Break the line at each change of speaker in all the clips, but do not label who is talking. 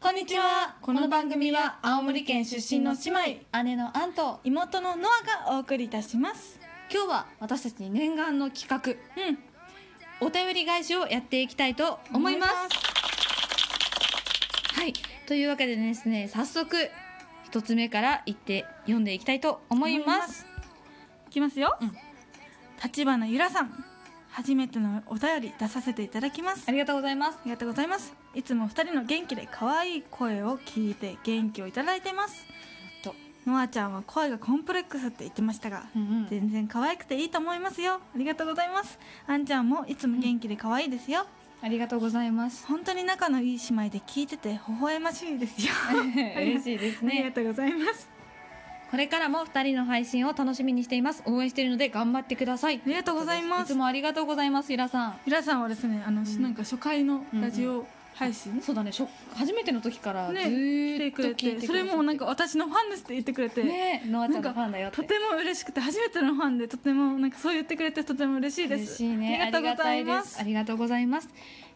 こんにちはこの番組は青森県出身の姉
妹姉のアンと
妹妹のノアがお送りいたします
今日は私たちに念願の企画
うん
お便り返しをやっていきたいと思います
思い
はいというわけでですね早速一つ目から言って読んでいきたいと思います
いきますよ、
うん
立花ゆらさん初めてのお便り出させていただきます
ありがとうございます
ありがとうございますいつも二人の元気で可愛い声を聞いて元気をいただいてます
と
ノアちゃんは声がコンプレックスって言ってましたが、
うんうん
全然可愛くていいと思いますよありがとうございますあんちゃんもいつも元気で可愛いですよ、
ありがとうございます
本当に仲のいい姉妹で聞いてて微笑ましいですよ
嬉しいです
ありが
ね
とうございます
これからも二人の配信を楽しみにしています応援しているので頑張ってください
ありがとうございます
いつもありがとうございますゆらさん
皆さんはですねあの、
ん
なんか初回のラジオ配信、
そうだねしょ初めての時からず
ね
ー
来て
っと
く
聞
れ
いてくれ
てそれもなんか私のファンですって言ってくれて、
ねノアちゃんのファンだよって
とても嬉しくて初めてのファンでとてもなんかそう言ってくれてとても嬉しいです
嬉しいね。
ありがとうございます
ありがとうございます。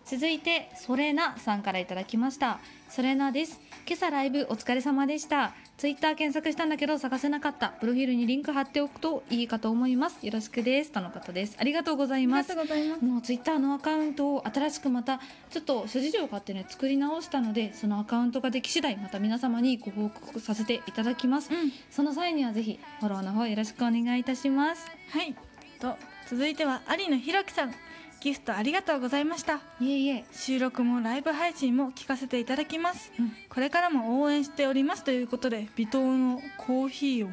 続いてソレナさんからいただきました。ソレナです。今朝ライブお疲れ様でした。ツイッター検索したんだけど探せなかった。プロフィールにリンク貼っておくといいかと思います。よろしくです。とのことです。ありがとうございます。
ございま
もうツイッターのアカウントを新しくまたちょっと諸事情があってね作り直したのでそのアカウントができ次第また皆様にご報告させていただきます、
うん
その際にはぜひフォローの方よろしくお願いいたします
はいと続いては有野ひろきさんギフトありがとうございました
いえいえ
収録もライブ配信も聞かせていただきます、
うん
これからも応援しておりますということで微糖のコーヒーを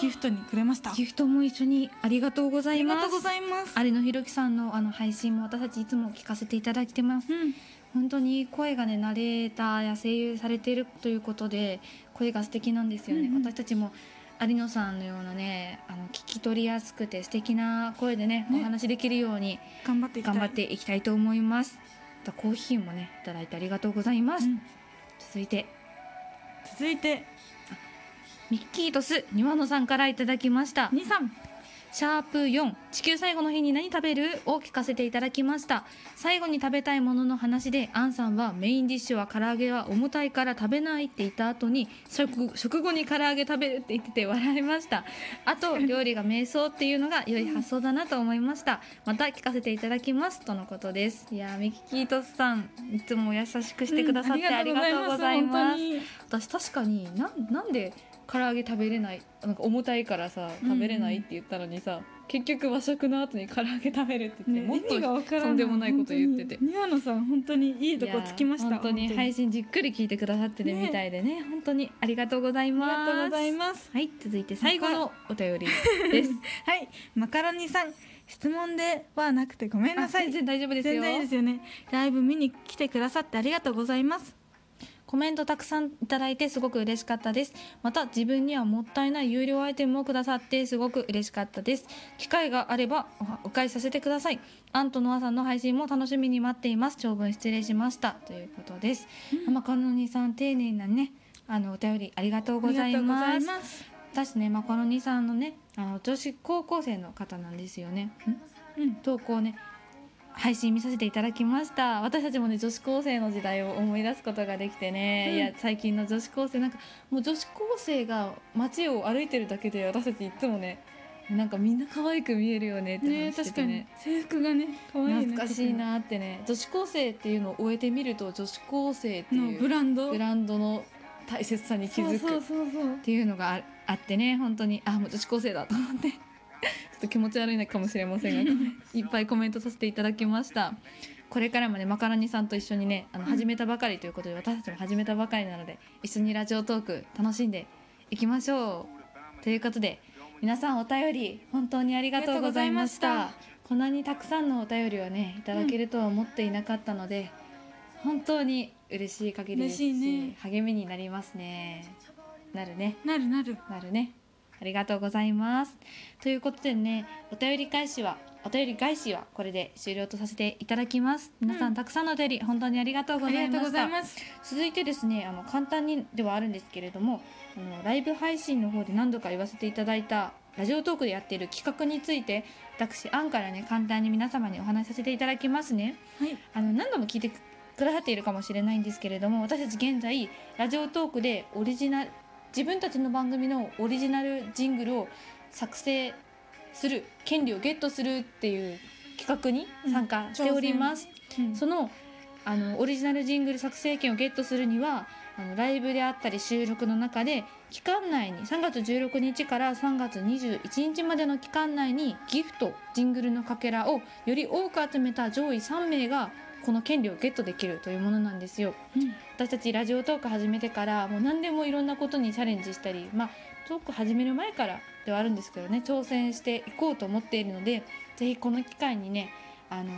ギフトにくれましたあ
ギフトも一緒にありがとうござい
り
ま
が
す
とうございます
有野ひろきさんのあの配信も私たちいつも聞かせていただいてます
うん
本当に声がねナレーターや声優されているということで声が素敵なんですよね、
うんうん
私たちも有野さんのようなねあの聞き取りやすくて素敵な声でね
ね
お話しできるように
頑張っていきたい
頑張っていきたいと思いますまたコーヒーもねいただいてありがとうございます、
うん
続いて
続いて
ミッキーとス庭野さんからいただきました
二三
シャープ4地球最後の日に何食べるを聞かせていただきました最後に食べたいものの話でアンさんはメインディッシュは唐揚げは重たいから食べないって言った後に食食後に唐揚げ食べるって言ってて笑いましたあと料理が瞑想っていうのが良い発想だなと思いましたまた聞かせていただきますとのことですいやーミキキートスさんいつも優しくしてくださって、
うん
ありがとうござい
本
ま
当
す
に
私確かになんなんで唐揚げ食べれないなんか重たいからさ
うんうん
食べれないって言ったのにさ、結局和食の後に唐揚げ食べるって言って、
ね、意味が
もっ
わから
ととんでもないこと言ってて
本当。に庭野さん本当にいいと
いや
こつきました
本当に配信じっくり聞いてくださってる
ね
みたいでね本当にありがとうございま
あ
す
りがとうございます
はい続いて最後のお便りです
はいマカロニさん質問ではなくてごめんな
あ
さい
全然大丈夫ですよ
全然いいですよねライブ見に来てくださってありがとうございます
コメントたくさんいただいてすごく嬉しかったですまた自分にはもったいない有料アイテムをくださってすごく嬉しかったです機会があればおお返しさせてくださいアンとノアさんの配信も楽しみに待っています長文失礼しましたということです、
うん
マカロニさん丁寧なねあのお便りありがとうござい
あ
ま
り
す
がとうございます
私ねマカロニさんのねあの女子高校生の方なんですよねん
うん
投稿をね配信見させていただきました私たちもね女子高生の時代を思い出すことができてね、
うん
いや最近の女子高生なんかもう女子高生が街を歩いてるだけで私たちいつもねなんかみんな可愛く見えるよねって
ね
話し
確
て
か
て
に、
ね
制服がね可愛いね
懐かしいなってね女子高生っていうのを終えてみると女子高生って
の
いう
ブランド
ブランドの大切さに気づく
そうそうそうそう
っていうのがああってね本当にあもう女子高生だと思って ちょっと気持ち悪いのかもしれませ んがいっぱいコメントさせていただきましたこれからもねマカロニさんと一緒にねあの
うん
始めたばかりということで、私たちも始めたばかりなので一緒にラジオトーク楽しんでいきましょうということで皆さんお便り本当にありがとうございました
ありがとう
こんなにたくさんのお便りをねいただけるとは思っていなかったので、本当に嬉しい限りですし
嬉しいね
励みになりますねなるね
なるなる
なるね。ありがとうございます。ということでね、お便り返しは、お便り返しはこれで終了とさせていただきます。皆さん、
うん
たくさんのお便り本当にありがとうご
あ
ざ
り
い
がとう
ま
ご
し
ざい
た。
ます
続いてですね、あの簡単にではあるんですけれども、あのライブ配信の方で何度か言わせていただいた。ラジオトークでやっている企画について私アンからね簡単に皆様にお話しさせていただきますね
はい
あの何度も聞いてくださっているかもしれないんですけれども私たち現在ラジオトークでオリジナル自分たちの番組のオリジナルジングルを作成する権利をゲットするっていう企画に参加しております。
うん
そのあのオリジナルジングル作成権をゲットするにはあのライブであったり収録の中で期間内に3月16日から3月21日までの期間内にギフトジングルのかけらをより多く集めた上位3名がこの権利をゲットできるというものなんですよ。
うん
私たちラジオトーク始めてからもう何でもいろんなことにチャレンジしたり、まあ、トーク始める前からではあるんですけどね挑戦していこうと思っているのでぜひこの機会にねあの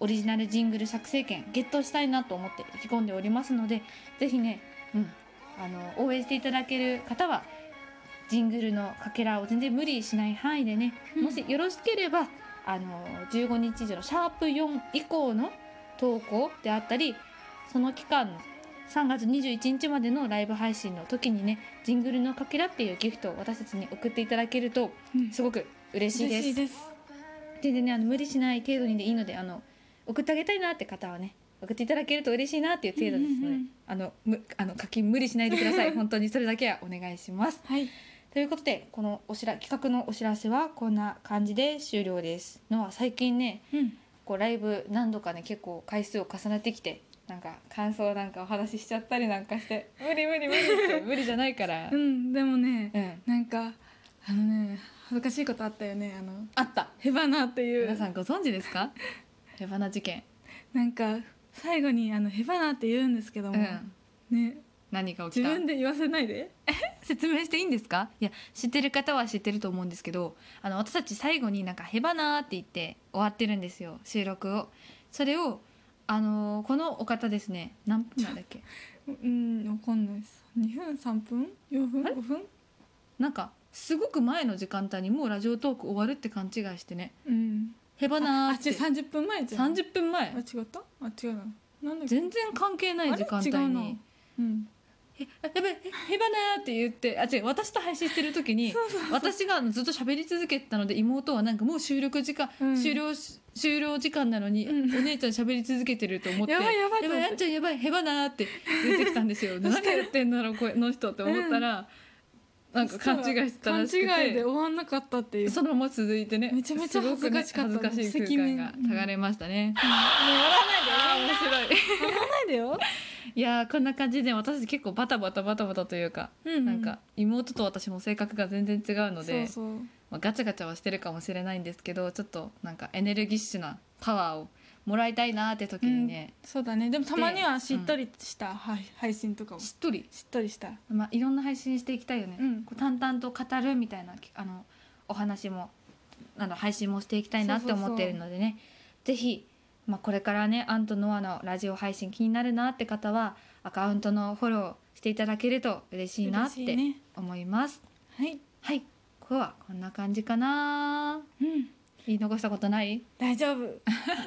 オリジナルジングル作成権ゲットしたいなと思って意気込んでおりますのでぜひね、うん、あの応援していただける方はジングルのかけらを全然無理しない範囲でね、
うん
もしよろしければあの15日以上のシャープ4以降の投稿であったりその期間3月21日までのライブ配信の時にねジングルのかけらっていうギフトを私たちに送っていただけると
うん
すごく嬉しいです
嬉しいです
全然ねあの無理しない程度にでいいのであの送ってあげたいなって方はね送っていただけると嬉しいなっていう程度ですので、
うんうんうん
あのむあの課金無理しないでくだ さい本当にそれだけはお願いします
はい
ということでこのおしら企画のお知らせはこんな感じで終了ですのは最近ね
うん
こうライブ何度かね結構回数を重ねてきてなんか感想なんかお話ししちゃったりなんかして無理無理無理 って無理じゃないから
うんでもね
うん
なんかあのね恥ずかしいことあったよねあの
あった
ヘバナってい
皆
う
さんご存知で すかレバナ事件
なんか最後にあのヘバナって言うんですけど
う
も、
ん
ね
何が起
自
きた
分で言わせないで
説明していいんですかいや知ってる方は知ってると思うんですけどあの私たち最後になんか「へばな」って言って終わってるんですよ収録をそれをあのーこのお方ですね何分なんだっ け
うんわかんないです2分3分4分
あれ
5分
なんかすごく前の時間帯にもうラジオトーク終わるって勘違いしてね
うん
「へばな」
あ
っ
違
て
う30分前じゃん
30分前
あ違ったあ違うななんだっけ
全然関係ない時間帯
あれ違うな
に
うん
「あやべえへへばな」って言ってあ違う私と配信してる時に
そうそう
私があのずっと喋り続けてたので妹はなんかもう収録時間、
うん
終了し終了時間なのに、
うん
お姉ちゃん喋り続けてると思って
やばいやばいと思
やば
って
あんちゃんやばいへばなーって出てきたんですよ
そ
何
したら
やってんだろうこの人って思ったら、なんか勘違いしてたらしくて
勘違いで終わんなかったっていう
そのまま続いてね
めちゃめちゃ恥ずかしかった
すごくね恥ずかしい空間が
赤面
たがれましたね、
笑
面白い
わないでよ
いやーこんな感じで私たち結構バタバタバタバタというか、
うん
なんか妹と私も性格が全然違うの
そ
で
うそう
まあ、ガチャガチャはしてるかもしれないんですけどちょっとなんかエネルギッシュなパワーをもらいたいなーって時にね、
そうだねでもたまにはしっとりした配配信とかも
し
し
っとり、
っとりした
まあ、いろんな配信していきたいよね、
うん
こう淡々と語るみたいなあのお話もあの配信もしていきたいなって
そうそうそう
思っているのでねぜひ、まあ、これからねアンとノアのラジオ配信気になるなって方はアカウントのフォローしていただけると嬉しいなっ
嬉しい
て
ね
思います。
はい
はい今日はこんな感じかな
うん
言い残したこ とない
大丈夫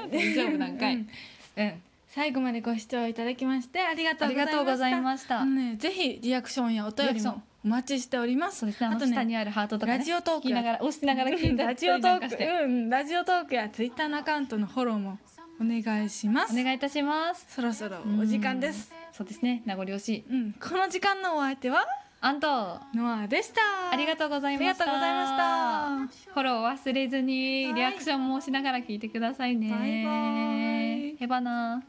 大丈夫なんかい
うん
うん
最後までご視聴いただきましてありがと
あ
う
りがとうございました。
あのねぜひリアクションやお便り
リアクショ
も
ン
お待ちしております
そうですね。あ
あ
の
と
下
ね
にあるハートとかね。
ラジオトー
聞
ク
き
や
ながら押しながら聞いた
ラジオト
りなんかし
ーク
て
うんラジオトークやツイッターのアカウントのフォローもお願いします
お願いいたします。
そろそろお時間です
そうですね。名残惜しい。
うんこの時間のお相手は
アント、あ
ノアでした
りがとうございました。
ありがとうございま
した。フォローを忘れず
は
に
い
リアクションもしながら聞いてくださいね。
バイバイ
へばな。